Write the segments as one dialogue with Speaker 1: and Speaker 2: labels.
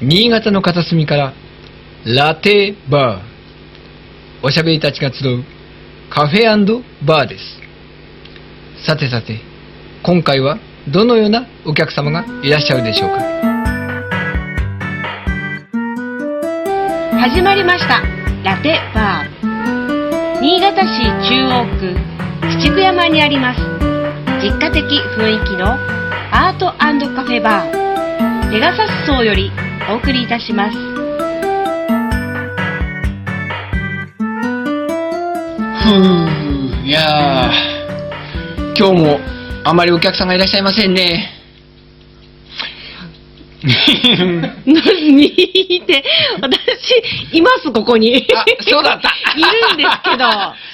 Speaker 1: 新潟の片隅からラテバーおしゃべりたちが集うカフェバーですさてさて今回はどのようなお客様がいらっしゃるでしょうか
Speaker 2: 始まりましたラテバー新潟市中央区口久山にあります実家的雰囲気のアートカフェバーペガサス荘よりお送りいたします
Speaker 1: ふういやー今日もあまりお客さんがいらっしゃいません ね
Speaker 2: 何って私いますここにいるんで
Speaker 1: あそうだった
Speaker 2: すけど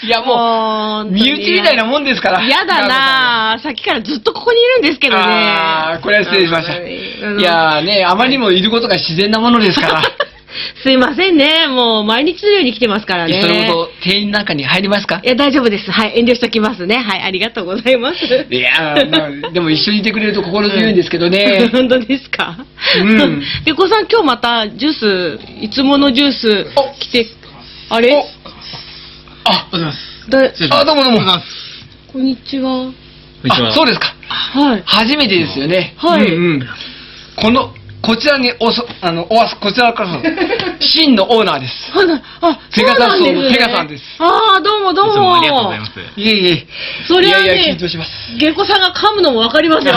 Speaker 1: いやもう身内みたいなもんですから
Speaker 2: 嫌だなぁさっきからずっとここにいるんですけどね
Speaker 1: あーこれは失礼しました。
Speaker 2: うん
Speaker 1: いやーね、あまりにもいることが自然なものですから、
Speaker 2: すいませんね。もう毎日のように来てますから
Speaker 1: い
Speaker 2: ね。
Speaker 1: っそのこと、店員の中に入りますか
Speaker 2: いや、大丈夫です。はい。遠慮しときますね。はい。ありがとうございます。
Speaker 1: いやー、まあ、でも一緒にいてくれると心強いんですけどね。
Speaker 2: 本当ですか
Speaker 1: うん。
Speaker 2: ペコさん、今日またジュース、いつものジュース
Speaker 1: お
Speaker 2: 来て、あれ
Speaker 1: あ、
Speaker 3: おはようございます。
Speaker 2: だ
Speaker 3: 失礼します
Speaker 1: あ、どうもどうも。
Speaker 3: あ
Speaker 2: こんにちは。
Speaker 3: こんにちは。
Speaker 1: あそうですか。
Speaker 2: はい。
Speaker 1: 初めてですよね。
Speaker 2: はい
Speaker 1: うんうんこの、こちらにおそ、あの、おわす、こちら からそ、真のオーナーです。
Speaker 2: あな、あ、
Speaker 1: ペガサス
Speaker 2: そう
Speaker 1: の
Speaker 2: なんです、ね。
Speaker 1: ペガさんです
Speaker 2: ああ、どうもどう
Speaker 3: い
Speaker 2: も。
Speaker 3: つもありがとうございます。
Speaker 1: いえいえ。
Speaker 2: それはね
Speaker 1: いやいや、緊張します。
Speaker 2: ゲコさんが噛むのもわか りますよ。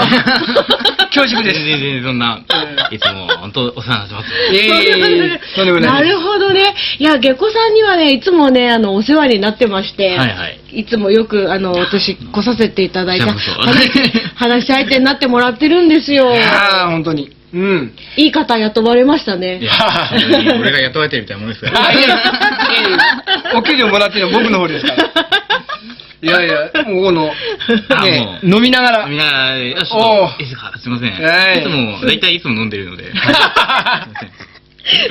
Speaker 1: 恐縮です。
Speaker 3: 全
Speaker 1: い
Speaker 3: 然全然そんな
Speaker 1: う、
Speaker 3: いつも本当お世話になってます。
Speaker 1: えいえいえ、とんでも
Speaker 2: な
Speaker 1: ないです
Speaker 2: るほどね。いや、下戸さんにはね、いつもね、あの、お世話になってまして、
Speaker 3: はいはい。
Speaker 2: つもよく、あの、私、来させていただいた、
Speaker 3: こちらこそ
Speaker 2: 話 話し相手になってもらってるんですよ。
Speaker 1: いやー、本当に。うん。
Speaker 2: いい方雇われました
Speaker 3: い
Speaker 2: ね。
Speaker 3: や本当に俺が雇われてるみたいなもんですか
Speaker 1: あ、
Speaker 3: ら。
Speaker 1: いえいえ、お給料もらってるのは僕の方ですから。いやいや、もうこの、
Speaker 3: あ
Speaker 1: ね、
Speaker 3: もう
Speaker 1: 飲みながら。
Speaker 3: みんな、よし、ちょ
Speaker 1: おう
Speaker 3: っといいですかすいません。
Speaker 1: はい
Speaker 3: いつも、だいたいいつも飲んでるので。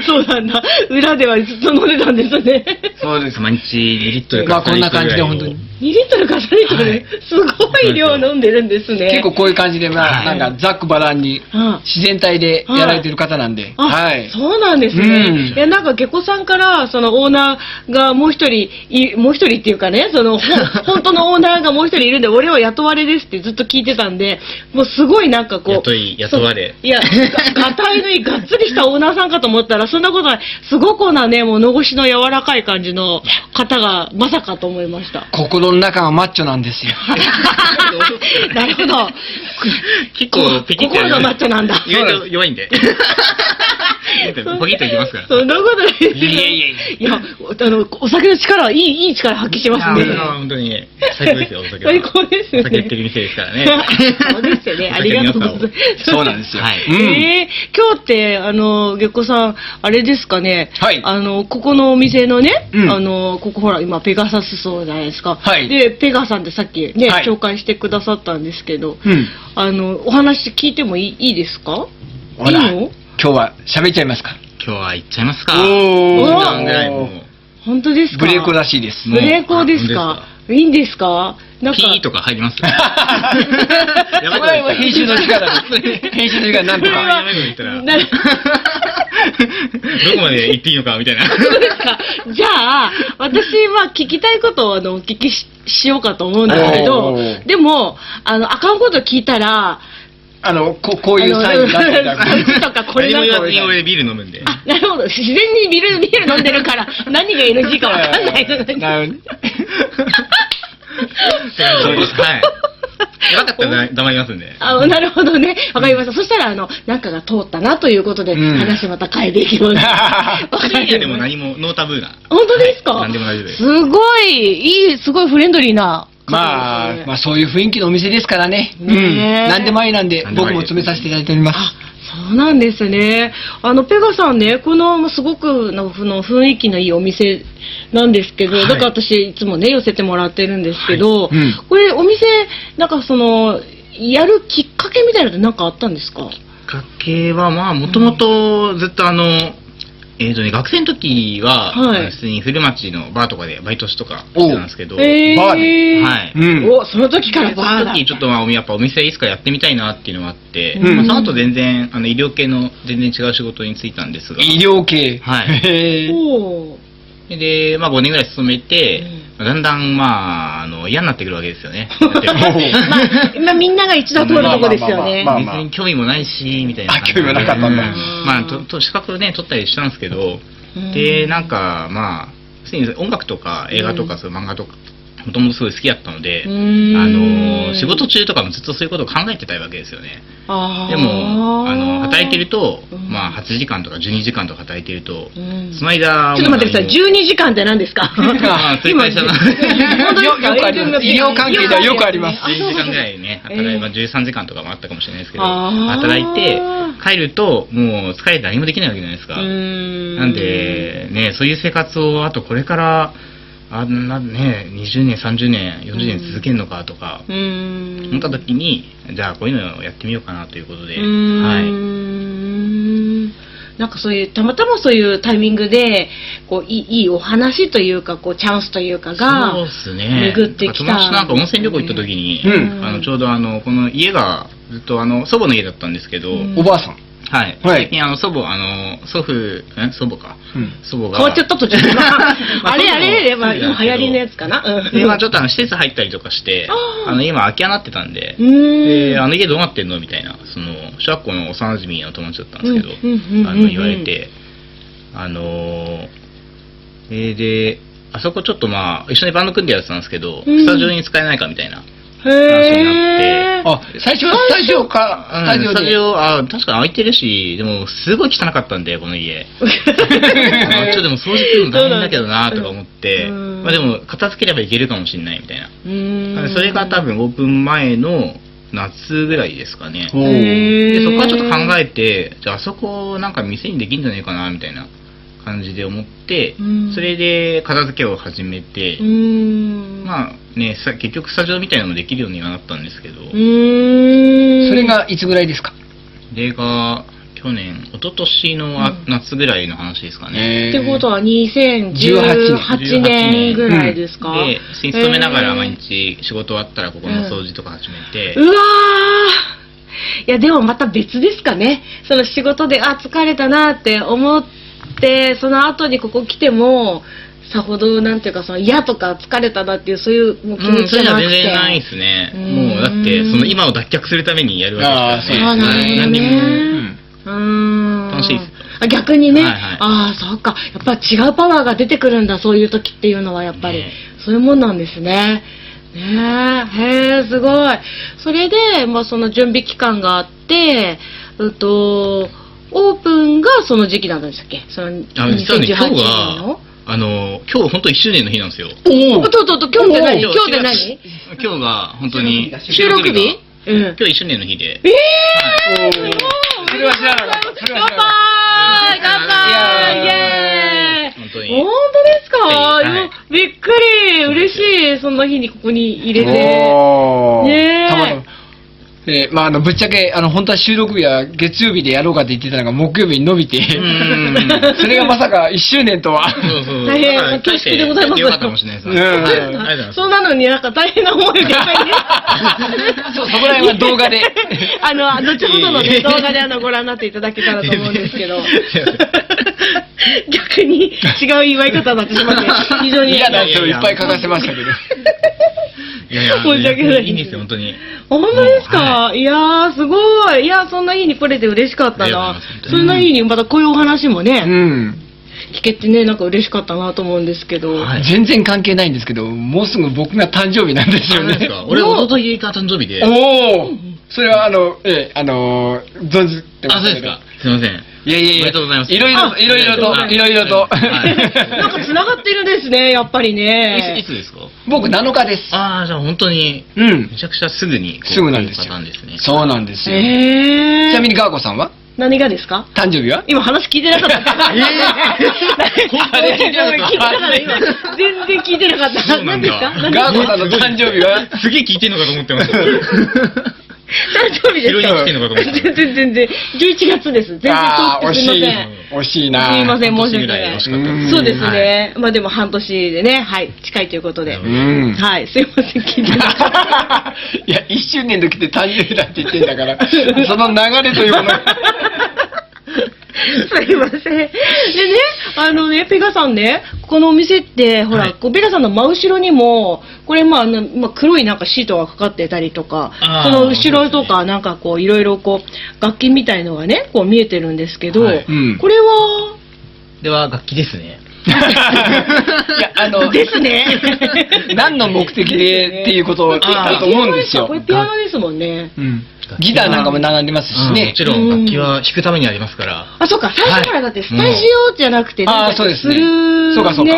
Speaker 2: そうなんだ。裏ではずっと飲んでたんです ね。
Speaker 1: そうです。
Speaker 3: 毎日2リットル
Speaker 1: まあ
Speaker 3: か
Speaker 1: こんな感じで
Speaker 3: 3
Speaker 1: 本当
Speaker 3: リットルぐらい
Speaker 1: に。
Speaker 3: を
Speaker 2: 2リットルか3リットルね、
Speaker 3: はい
Speaker 2: すごい量飲んでるんですね。
Speaker 1: 結構こういう感じで、まあ、
Speaker 3: はい
Speaker 1: なんか、ざっくばらんに、
Speaker 2: うん
Speaker 1: 自然体でやられてる方なんで、
Speaker 2: あ、
Speaker 1: はい。
Speaker 2: そうなんですね。
Speaker 1: うん
Speaker 2: いや、なんか、下戸さんから、そのオーナーがもう一人い、もう一人っていうかね、そ の、ほん本当のオーナーがもう一人いるんで、俺は雇われですってずっと聞いてたんで、もうすごいなんかこう。
Speaker 3: 雇い雇われ
Speaker 2: そういや、ががたいのいい、がっつりしたオーナーさんかと思ったら、そんなことない。すごくなね、物腰の柔らかい感じの方が、まさかと思いま した。
Speaker 1: 心の中はマッチョなんですよ。
Speaker 2: なるほど。
Speaker 3: 結構、ピキッて
Speaker 2: 心
Speaker 3: やる
Speaker 2: がマッチョなんだ。
Speaker 3: 意外と弱いんで。ポキッといきますから。
Speaker 2: そんなことないですよ。
Speaker 3: いやいやいや
Speaker 2: いや、あの、お酒の力、いい、いい力発揮しますね。
Speaker 3: いや本当に最高ですよ、お酒 は。
Speaker 2: 最高ですね。
Speaker 3: お酒っていう店ですからね
Speaker 2: そうですよね。ありがとうございます。
Speaker 1: そうなんですよ。
Speaker 3: はい
Speaker 1: うん
Speaker 2: えー今日って、あの、月子さん、あれですかね、
Speaker 1: はい
Speaker 2: あの、ここのお店のね、
Speaker 1: うん
Speaker 2: あの、ここほら、今、ペガサス層じゃないですか。
Speaker 1: はい
Speaker 2: で、ペガさんってさっきね、
Speaker 1: はい
Speaker 2: 紹介してくださったんですけど、
Speaker 1: うん
Speaker 2: あの、お話聞いてもいいいいですか
Speaker 1: ほ
Speaker 2: いい
Speaker 1: ら、
Speaker 2: の
Speaker 1: 今日は喋っちゃいますか。
Speaker 3: 今日は行っちゃいますか。
Speaker 1: お
Speaker 2: ー
Speaker 3: お時間ぐらいもう。
Speaker 2: 本当ですか
Speaker 1: ブレーコらしいです。
Speaker 2: ブレーコです
Speaker 3: もう
Speaker 2: か
Speaker 3: あ
Speaker 2: いいんですかなんか。
Speaker 3: ピーとか入ります。
Speaker 1: これ
Speaker 3: やばい
Speaker 1: は編集の力で、編集の力でなんと
Speaker 3: これ
Speaker 1: か
Speaker 3: は。言ったら
Speaker 2: なる
Speaker 3: どこまで行っていいのかみたい な。
Speaker 2: そうですかじゃあ、私は聞きたいことをあのお聞きししようかと思うんですけど
Speaker 1: おー、
Speaker 2: でも、あの、あかんこと聞いたら、
Speaker 1: あの、ここういうサイン出していただ
Speaker 2: あのこっちと
Speaker 1: く。
Speaker 2: かこれな
Speaker 3: 何
Speaker 2: ん
Speaker 3: も
Speaker 2: か
Speaker 3: 言わずに俺ビール飲むんで。
Speaker 2: あ、なるほど。自然にビール、ビール飲んでるから、何が NG かわかんないとか言って
Speaker 1: なる
Speaker 3: そうです。はい。よかったら黙りますんで。
Speaker 2: あなるほどね。わかりました。そしたら、あの、中が通ったなということで、
Speaker 1: うん
Speaker 2: 話また変えていきます。わか
Speaker 3: 深夜で
Speaker 2: り
Speaker 3: も
Speaker 2: ました。
Speaker 3: 何もノータブーな。
Speaker 2: 本当ですか、
Speaker 3: はい何でも大丈夫です。
Speaker 2: すごい、いい、すごいフレンドリーな方
Speaker 1: ま
Speaker 2: ですね
Speaker 1: あ、まあそういう雰囲気のお店ですからね。うん。
Speaker 2: ねえ
Speaker 1: 何でもありなんで
Speaker 3: 何、で
Speaker 1: 僕
Speaker 3: もあり
Speaker 1: も詰めさせていただいております。
Speaker 2: そうなんですね。あの、ペガさんね、この、すごくの、その、雰囲気のいいお店なんですけど、
Speaker 3: はい
Speaker 2: だから私、いつもね、寄せてもらってるんですけど、
Speaker 1: はいうん
Speaker 2: これ、お店、なんかその、やるきっかけみたいなのってなんかあったんですか
Speaker 3: きっかけは、まあ、もともとずっとあの、えっ、とね、学生の時は、
Speaker 2: はい
Speaker 3: 普通に古町のバーとかでバイトしとかしてたんですけど、
Speaker 2: えー、
Speaker 1: バー
Speaker 3: ではい
Speaker 1: うん
Speaker 2: お、その時から
Speaker 3: そ
Speaker 2: バー
Speaker 3: の
Speaker 2: だ。
Speaker 3: 時ちょっとまあやっぱお店いつかやってみたいなっていうのがあって、
Speaker 1: うん
Speaker 3: まあ、その後全然あの医療系の全然違う仕事に就いたんですが
Speaker 1: 医療系。
Speaker 3: はい
Speaker 1: へー
Speaker 2: おー
Speaker 3: で、まあ、5年ぐらい勤めて、だんだんまああの嫌になってくるわけですよ ねやってると
Speaker 2: まあ、今みんなが一度通るとこですよね。
Speaker 4: まあまあ
Speaker 3: 別に興味もないしみたいな
Speaker 1: あ興味もなかったんだ
Speaker 3: うまあとと資格ね取ったりしたんですけど、
Speaker 2: うん
Speaker 3: でなんかまあ普通に音楽とか映画と
Speaker 2: う
Speaker 3: かそういう漫画とかもともとすごい好きだったので、
Speaker 2: う
Speaker 3: あ
Speaker 2: ーん
Speaker 3: の仕事中とかもずっとそういうことを考えてたいわけですよね
Speaker 2: あー
Speaker 3: でもあの働いてると、
Speaker 2: うん
Speaker 3: まあ、8時間とか12時間とか働いてると、
Speaker 2: うん
Speaker 3: その間
Speaker 2: ちょっと待ってください、
Speaker 3: い
Speaker 2: 12時間って何ですか
Speaker 3: あそういう会社の
Speaker 1: よく
Speaker 2: 本当ですか
Speaker 1: あります医療関係ではよくあります
Speaker 2: あそう
Speaker 3: 12時
Speaker 2: なんで
Speaker 3: 間ぐ
Speaker 2: す
Speaker 3: らいね働 い、
Speaker 2: えー
Speaker 3: まあ、13時間とかもあったかもしれないですけど
Speaker 2: あー
Speaker 3: 働いて帰るともう疲れて何もできないわけじゃないですか、
Speaker 2: うーん
Speaker 3: なんで、ね、そういう生活をあとこれからあんなね20年30年40年続けるのかとか
Speaker 2: うーん
Speaker 3: 思った時にじゃあこういうのをやってみようかなということで、
Speaker 2: うーん
Speaker 3: はい、
Speaker 2: なんかそういう、たまたまそういうタイミングで、こう、いいいいお話というか、こう、チャンスというかが、
Speaker 3: そうですね
Speaker 2: 巡ってきた
Speaker 3: 友達となんか温泉旅行行った時に、
Speaker 1: うん
Speaker 3: あのちょうどあのこの家がずっとあの祖母の家だったんですけど、
Speaker 2: うん
Speaker 1: おばあさん。
Speaker 3: はい、
Speaker 1: はい
Speaker 3: 最近あの祖母あの祖父ん祖母か
Speaker 1: うん
Speaker 3: 祖母が
Speaker 2: 変わっちゃった途中 で。
Speaker 3: まあ
Speaker 2: あれあれ、
Speaker 3: そう
Speaker 2: まあ、
Speaker 3: なんですけど
Speaker 2: 今流行りのやつかな。うん
Speaker 3: で、まあ、ちょっとあの施設入ったりとかして
Speaker 2: あー
Speaker 3: あの今空き家になってたんで、
Speaker 2: うー
Speaker 3: で、
Speaker 2: ん
Speaker 3: あの家どうなってんのみたいな、その、小学校の幼馴染の友達だったんですけど、
Speaker 2: うんうんうんうん
Speaker 3: あの、言われて、あのーえーで、あそこちょっとまあ、一緒にバンド組んでやってたんですけど、
Speaker 2: うん
Speaker 3: スタジオに使えないかみたいな。話に
Speaker 2: へ
Speaker 3: な
Speaker 2: ー
Speaker 1: あ、最初はスタジオか、
Speaker 3: う
Speaker 1: スタ
Speaker 3: ん
Speaker 1: ジオ
Speaker 3: スタジ
Speaker 1: で。
Speaker 3: オ、あ、確かに空いてるし、でも、すごい汚かったんで、こ の家。あちょっとでも掃除するの大変だけどなとか思って、
Speaker 2: うん
Speaker 3: まあでも、片付ければいけるかもしれないみたいな。
Speaker 2: うーん
Speaker 3: それが多分オープン前の夏ぐらいですかね。
Speaker 1: おー
Speaker 2: へー
Speaker 3: でそこはちょっと考えてじゃああそこをなんか店にできるんじゃないかなみたいな感じで思って、
Speaker 2: うん
Speaker 3: それで片付けを始めて
Speaker 2: う、ーん
Speaker 3: まあねさ結局スタジオみたいなのもできるようにはなったんですけど、
Speaker 2: うーん
Speaker 1: それがいつぐらいですか
Speaker 3: それが去年一昨年のあ夏ぐらいの話ですかね、
Speaker 1: え
Speaker 2: っ
Speaker 1: ー
Speaker 2: てことは2018年ぐらいですか、
Speaker 3: で普通に勤めなが
Speaker 2: へ
Speaker 3: ら
Speaker 2: ー
Speaker 3: 毎日仕事終わったらここの掃除とか始めて、
Speaker 2: うわーいやでもまた別ですかねその仕事であ疲れたなって思ってその後にここ来てもさほどなんていうかその嫌とか疲れたなっていうそういうもう気
Speaker 3: う
Speaker 2: 持
Speaker 3: ん、
Speaker 2: ち
Speaker 3: そ
Speaker 2: じ
Speaker 3: うい
Speaker 2: ゃ
Speaker 3: うの
Speaker 2: な
Speaker 3: は
Speaker 2: く
Speaker 3: 全
Speaker 2: て、
Speaker 3: 然ないですね。
Speaker 2: うん
Speaker 3: もう、だって、その今を脱却するためにやるわけです
Speaker 2: あ
Speaker 3: か
Speaker 2: ー
Speaker 3: ら
Speaker 2: そ
Speaker 3: ね。
Speaker 2: うですね
Speaker 3: はい何にも
Speaker 1: うん
Speaker 2: うーん
Speaker 3: 楽しいです
Speaker 2: あ逆にね、
Speaker 3: はいはい
Speaker 2: ああそうかやっぱ違うパワーが出てくるんだそういう時っていうのはやっぱり、
Speaker 3: ね
Speaker 2: そういうもんなんですねねえへえすごいそれで、まあ、その準備期間があってうんとオープンがその時期なんでしたっけその
Speaker 3: あの実はね、今
Speaker 2: 2018
Speaker 3: 日
Speaker 2: 年の
Speaker 3: が、あの、今日本当1周年の日なんですよ。
Speaker 2: おっとっとっと今日って何今
Speaker 3: おー
Speaker 2: 日って何
Speaker 3: 今日が本当に
Speaker 2: 収録日うん
Speaker 3: 今日1周年の日で。
Speaker 2: ええ
Speaker 1: おー
Speaker 2: すごい
Speaker 1: それは知らなかった。それ
Speaker 2: 乾
Speaker 1: は
Speaker 2: 杯
Speaker 1: 知らなかっ
Speaker 2: 乾杯イエーイ
Speaker 3: 本当に
Speaker 2: 本。当ですか、
Speaker 3: はい
Speaker 2: よびっくり嬉しいそんな日にここに入れて
Speaker 1: おー
Speaker 2: ねえ
Speaker 1: たまたまえーまあ、あのぶっちゃけあの本当は収録日は月曜日でやろうかって言ってたのが木曜日に伸びて
Speaker 3: うん
Speaker 1: それがまさか1周年とは
Speaker 3: そうそ う。
Speaker 2: 大変
Speaker 3: だから
Speaker 2: 恐縮でございます
Speaker 3: 大して良かったかもしれないですね。
Speaker 1: うん
Speaker 3: はいありがとうございます
Speaker 2: そ。んなのになんか大変な思いをいっぱいね
Speaker 1: そうそこら辺は動画で
Speaker 2: あの後ほどの、
Speaker 3: いえ
Speaker 2: ね、
Speaker 3: いえ
Speaker 2: 動画であのご覧になっていただけたらと思うんです けど
Speaker 3: いやい
Speaker 2: 逆に違う祝い方になってしまって非常に
Speaker 1: 嫌な音をいっぱい書かせましたけど
Speaker 3: いやいや、
Speaker 2: 申し訳ない
Speaker 3: いいんですよ、本当に。
Speaker 2: 本当ですか、
Speaker 3: も
Speaker 2: い、やーすごいいやそんな日に来れて嬉しかった
Speaker 3: ありがとう
Speaker 2: な
Speaker 3: ございます
Speaker 2: そんな日にまたこういうお話もね、
Speaker 1: うん
Speaker 2: 聞けてねなんか嬉しかったなと思うんですけど、
Speaker 3: はい
Speaker 1: 全然関係ないんですけどもうすぐ僕が誕生日なんです
Speaker 3: あ
Speaker 1: よ
Speaker 3: れです
Speaker 1: ね
Speaker 3: か俺、一昨日が誕生日で。あ、
Speaker 1: おおそれはあのええあの存じてま
Speaker 3: そうです
Speaker 1: けど
Speaker 3: か。すいません。
Speaker 1: いやいやいや
Speaker 3: おめでとうございます
Speaker 1: いろいろ
Speaker 3: あ
Speaker 1: いろいろと
Speaker 3: あ
Speaker 1: いろいろと
Speaker 3: はい
Speaker 2: なんか繋がってるですね、やっぱり
Speaker 3: いつい
Speaker 2: ね。
Speaker 3: つですか
Speaker 1: 僕7日です
Speaker 3: ああ、じゃあ本当に、
Speaker 1: うん
Speaker 3: めちゃくちゃすぐにこう、
Speaker 1: すぐなんですよ
Speaker 3: パターンですね。
Speaker 1: そうなんですよ、
Speaker 2: え
Speaker 1: ちなみ
Speaker 2: に。
Speaker 1: にガーコさんは
Speaker 2: 何がですか
Speaker 1: 誕生日は
Speaker 2: 今話 聞いてなかった。え
Speaker 3: 当に聞いてなかった
Speaker 2: 今。全然聞いてなかった。
Speaker 3: そうな
Speaker 2: 何
Speaker 3: ん
Speaker 2: です
Speaker 3: だ
Speaker 2: か何です
Speaker 1: ガー
Speaker 2: か
Speaker 1: コさんの誕生日は
Speaker 3: すげえ聞いてんのかと思ってます。
Speaker 2: 誕生日です
Speaker 3: 拾いに来てんのかと思った
Speaker 2: 全然全然。11月です。全然
Speaker 1: あー
Speaker 2: 遠く
Speaker 1: 惜
Speaker 2: てす
Speaker 1: し
Speaker 2: いま
Speaker 1: い
Speaker 2: せん。。
Speaker 1: 惜しいな。
Speaker 2: すいません、申し
Speaker 3: 年
Speaker 2: 訳
Speaker 3: ぐらい
Speaker 2: な
Speaker 3: 欲
Speaker 2: い
Speaker 3: し。かった
Speaker 1: うん
Speaker 2: そうですね。まあでも半年でね、はい、近いということで。
Speaker 1: うん。
Speaker 2: はい、すいません、聞いてな かった
Speaker 1: いや、1周年の時で誕生日だって言ってんだから、その流れというものが。
Speaker 2: すいません。でね、あのね、ペガさんね、ここのお店って、ほら、
Speaker 3: はい
Speaker 2: こうペガさんの真後ろにも、これ、まあ、あのまあ、黒いなんかシートがかかってたりとか、
Speaker 3: あ
Speaker 2: そ
Speaker 3: ー
Speaker 2: の後ろと
Speaker 3: そう
Speaker 2: か、なんかこう、いろいろこう、楽器みたいのがね、こう見えてるんですけど、
Speaker 3: はい
Speaker 1: うん
Speaker 2: これは、
Speaker 3: では、楽器ですね。
Speaker 1: いや、あの、
Speaker 2: ですね。
Speaker 1: 何の目的でっていうことだと思うんですよ
Speaker 2: こ。れピアノですもんね。
Speaker 1: うん。ギターなんかも並んでますし
Speaker 3: うん
Speaker 1: ね
Speaker 3: も。ちろん、楽器は弾くためにありますから。
Speaker 2: あ、そうか、最初からだってスタジオじゃなくて、
Speaker 1: もう
Speaker 2: なんか
Speaker 1: あーそうですね
Speaker 2: るね。
Speaker 1: そうかそうか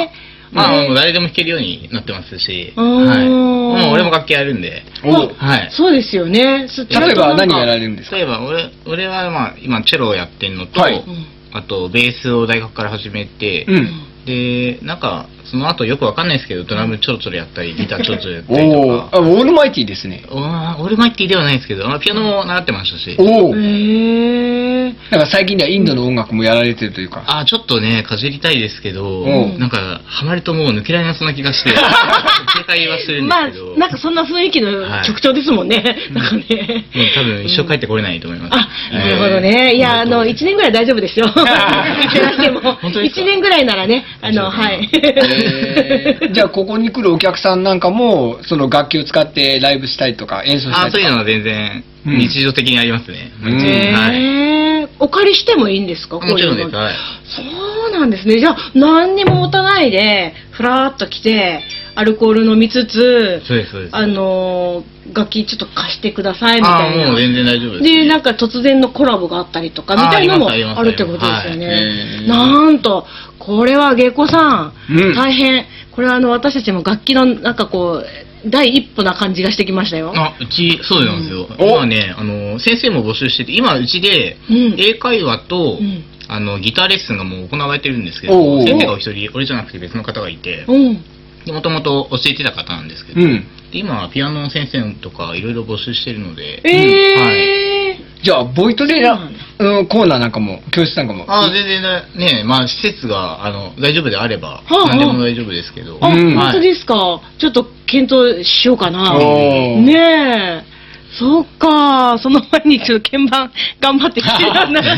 Speaker 3: まあ、もう誰でも弾けるようになってますし、
Speaker 2: うー
Speaker 3: はい。
Speaker 2: ん
Speaker 3: もう俺も楽器やるんで、
Speaker 1: お
Speaker 3: はい。
Speaker 2: そうですよね。す
Speaker 1: 例えば何やら
Speaker 2: る
Speaker 1: れるんですか
Speaker 3: 例えば、俺、俺はまあ、今、チェロをやってんのと、
Speaker 1: はい
Speaker 3: あと、ベースを大学から始めて、
Speaker 1: うん。
Speaker 3: で、なんか、その後よくわかんないですけど、ドラムちょろちょろやったり、ギターちょろちょろやった
Speaker 1: お
Speaker 3: りと
Speaker 1: ー
Speaker 3: か、
Speaker 1: あ、オールマイティーですね。
Speaker 3: おーオールマイティーではないですけど、まあピアノも習ってましたし、
Speaker 1: おお。
Speaker 2: へえ。
Speaker 1: なんか最近ではインドの音楽もやられてるというか。
Speaker 3: あーちょっとね、かじりたいですけど、
Speaker 1: うん
Speaker 3: なんか、ハマるともう抜けられなそうな気 がして、警戒はしてるんで
Speaker 2: ますあ
Speaker 3: けど、、
Speaker 2: なんかそんな雰囲気の
Speaker 3: はい
Speaker 2: 曲調ですもんね。なんかね。
Speaker 3: もう多分一生帰ってこれないと思います。
Speaker 2: あ、なるほどね。いや、あの、1年ぐらい大丈 夫ですよ。いただいても。
Speaker 3: 本当ですか
Speaker 2: 1年ぐらいならね、あの、は
Speaker 3: 大
Speaker 2: い。
Speaker 1: え ーじゃあここに来るお客さんなんかもその楽器を使ってライブしたりとか演奏した
Speaker 3: あ
Speaker 1: り
Speaker 3: ーそ
Speaker 1: と
Speaker 3: ういう
Speaker 1: か
Speaker 3: のは全然、
Speaker 1: うん
Speaker 3: 日常的にありますね。
Speaker 1: うん
Speaker 3: はい。
Speaker 2: へえ。お借りしてもいいんですか
Speaker 3: もちろんで
Speaker 2: こういう
Speaker 3: す。
Speaker 2: の
Speaker 3: はい。
Speaker 2: そうなんですね。じゃあ、何にも持たないで、ふらーっと来て、アルコール飲みつつ、
Speaker 3: そうです、そうです。
Speaker 2: あのー楽器ちょっと貸してくださいみた
Speaker 3: あ
Speaker 2: い
Speaker 3: ーも
Speaker 2: な。
Speaker 3: う全然大丈夫です、
Speaker 2: で、なんか突然のコラボがあったりとか、み
Speaker 3: あー
Speaker 2: たいなのも
Speaker 3: あります
Speaker 2: あるってことですよね。
Speaker 1: ありますは
Speaker 2: なんと、これは芸妓さん、
Speaker 1: うん
Speaker 2: 大変。これはあの、私たちも楽器の、なんかこう、第一歩な感じがしてきましたよ。
Speaker 3: あ、うち、そうなんですよ。
Speaker 1: お
Speaker 3: 今ね、あの、先生も募集してて、今うちで
Speaker 2: うん、
Speaker 3: 英会話と、
Speaker 2: うん
Speaker 3: あの、ギターレッスンがもう行われてるんですけ
Speaker 1: おうお
Speaker 3: ど、
Speaker 1: う
Speaker 3: 先生がお一人、俺じゃなくて別の方がいて、
Speaker 2: うん。
Speaker 3: もともと教えてた方なんですけど、
Speaker 1: うん
Speaker 3: で今はピアノの先生とかいろいろ募集してるので、
Speaker 2: えー。
Speaker 1: じゃあボイトレラ、うん、コーナーなんかも教室なんかも
Speaker 3: あ全然だね、まあ施設が、あの、大丈夫であれば、
Speaker 2: あはあ
Speaker 3: 何でも大丈夫ですけど、
Speaker 2: あ、
Speaker 1: うん
Speaker 2: 本当ですか、ちょっと検討しようかな。
Speaker 1: おー
Speaker 2: ねえ。そっか、その前にちょっと鍵盤 頑張ってきてらんな ちょ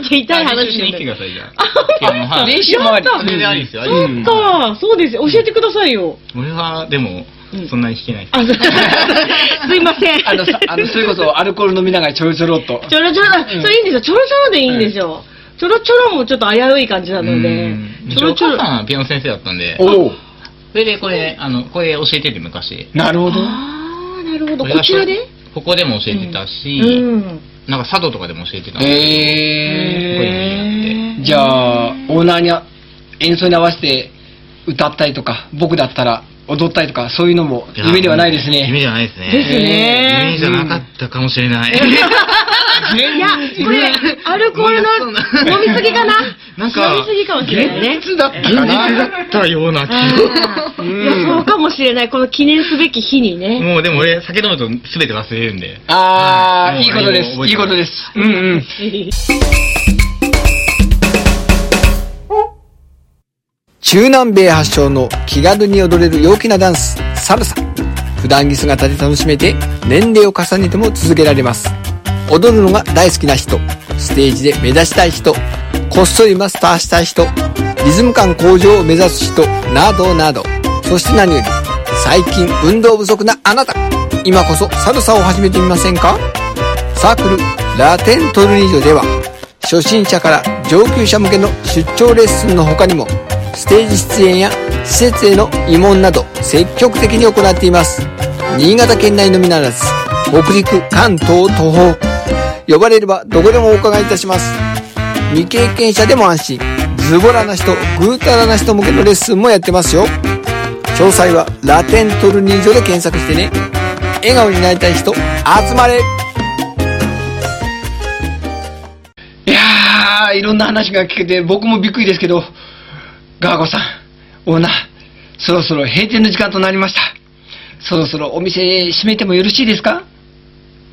Speaker 2: っと痛い
Speaker 3: あ練習
Speaker 2: 話
Speaker 3: し
Speaker 2: に
Speaker 3: に
Speaker 2: な
Speaker 3: 来てください、じゃあ。
Speaker 2: あ
Speaker 3: ピアノはい
Speaker 1: 練習もあり
Speaker 2: やっ
Speaker 3: それでありですよ、あり
Speaker 2: そ
Speaker 3: です
Speaker 2: っか、そうですよ。教えてくださいよ。
Speaker 3: 俺は、でも
Speaker 2: うん、
Speaker 3: そんなに弾けないです。
Speaker 2: あ、すすいません。
Speaker 1: あのさあのそれこそアルコール飲みながらちょろちょろっと
Speaker 2: ちょろちょろ、あそれいいんですよ。ちょろちょろでいいんですよ。ちょろちょろもちょっと危うい感じなので
Speaker 3: うん。う
Speaker 2: ち
Speaker 3: ち
Speaker 2: ょろ
Speaker 3: お
Speaker 2: ちょ
Speaker 3: 母
Speaker 2: ろ。
Speaker 3: さんはピアノ先生だったんで、
Speaker 1: おお
Speaker 3: それでこれ、あの、これ教えてて昔。
Speaker 1: なるほど
Speaker 2: あー、なるほど。
Speaker 3: 俺
Speaker 2: こ
Speaker 3: が
Speaker 2: ちらで
Speaker 3: ここでも教えてた
Speaker 2: う
Speaker 3: し、
Speaker 2: ん。
Speaker 3: なんか佐渡とかでも教えてたんで、
Speaker 1: え
Speaker 2: へ
Speaker 1: ー、じゃあオーナーにあ演奏に合わせて歌ったりとか僕だったら踊ったりとかそういうのも
Speaker 3: いや
Speaker 1: 夢ではないですね
Speaker 3: 夢じゃないですね。
Speaker 2: です
Speaker 3: 夢
Speaker 2: ね。
Speaker 3: じゃなかったかもしれない。
Speaker 2: いや、これ、アルコールの飲みすぎかな
Speaker 3: なんか
Speaker 2: 飲みすぎかもしれないね。
Speaker 1: 現実だった
Speaker 3: 現
Speaker 1: か
Speaker 3: 実
Speaker 1: な
Speaker 3: だったような気
Speaker 2: あーいやそうかもしれない。この記念すべき日に
Speaker 3: が。
Speaker 2: ね。
Speaker 3: もうでも俺、酒飲むと全て忘れるんで。
Speaker 1: あー、
Speaker 3: はい
Speaker 1: いいことで
Speaker 3: もう
Speaker 1: す。いいことです。うんうん。
Speaker 5: 中南米発祥の気軽に踊れる陽気なダンス、サルサ。普段着姿で楽しめて、年齢を重ねても続けられます。踊るのが大好きな人、ステージで目指したい人、こっそりマスターしたい人、リズム感向上を目指す人、などなど。そして何より、最近運動不足なあなた、今こそサルサを始めてみませんかサークルラテントルニージョでは初心者から上級者向けの出張レッスンの他にもステージ出演や施設への慰問など積極的に行っています新潟県内のみならず北陸関東東北呼ばれればどこでもお伺いいたします未経験者でも安心ズボラな人ぐうたらな人向けのレッスンもやってますよ詳細はラテントルニージョで検索してね笑顔になりたい人集まれ
Speaker 1: いやー、いろんな話が聞けて、僕もびっくりですけど、ガーゴさん、オーナー、そろそろ閉店の時間となりました。そろそろお店閉めてもよろしいですか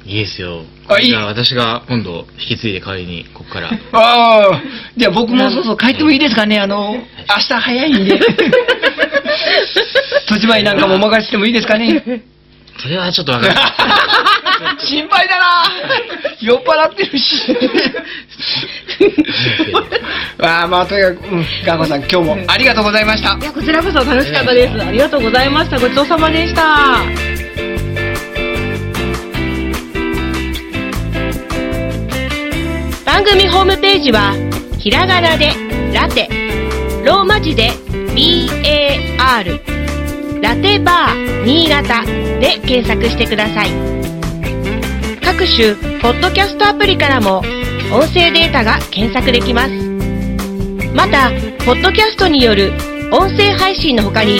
Speaker 3: いいいですよ。
Speaker 1: あいい
Speaker 3: じゃあ私が今度引き継いで代わりに、ここから。
Speaker 1: ああ、じゃあ僕もそうそう帰ってもいいですかねあの、明日早いん で。土地前なんかもお任せしてもいいですかね
Speaker 3: それはちょっとわかんない。
Speaker 1: 心配だな酔っ払ってる し。わあ、まあとにかく、うん、ガーゴさん今日もありがとうございました。
Speaker 6: いや、こちらこそ楽しかったです。ありがとうございました。ごちそうさまでした。
Speaker 2: 番組ホームページはひらがなでラテローマ字で BAR ラテバー新潟で検索してください各種ポッドキャストアプリからも音声データが検索できますまたポッドキャストによる音声配信の他に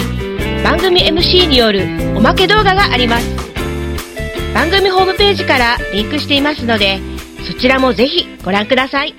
Speaker 2: 番組 MC によるおまけ動画があります番組ホームページからリンクしていますのでそちらもぜひご覧ください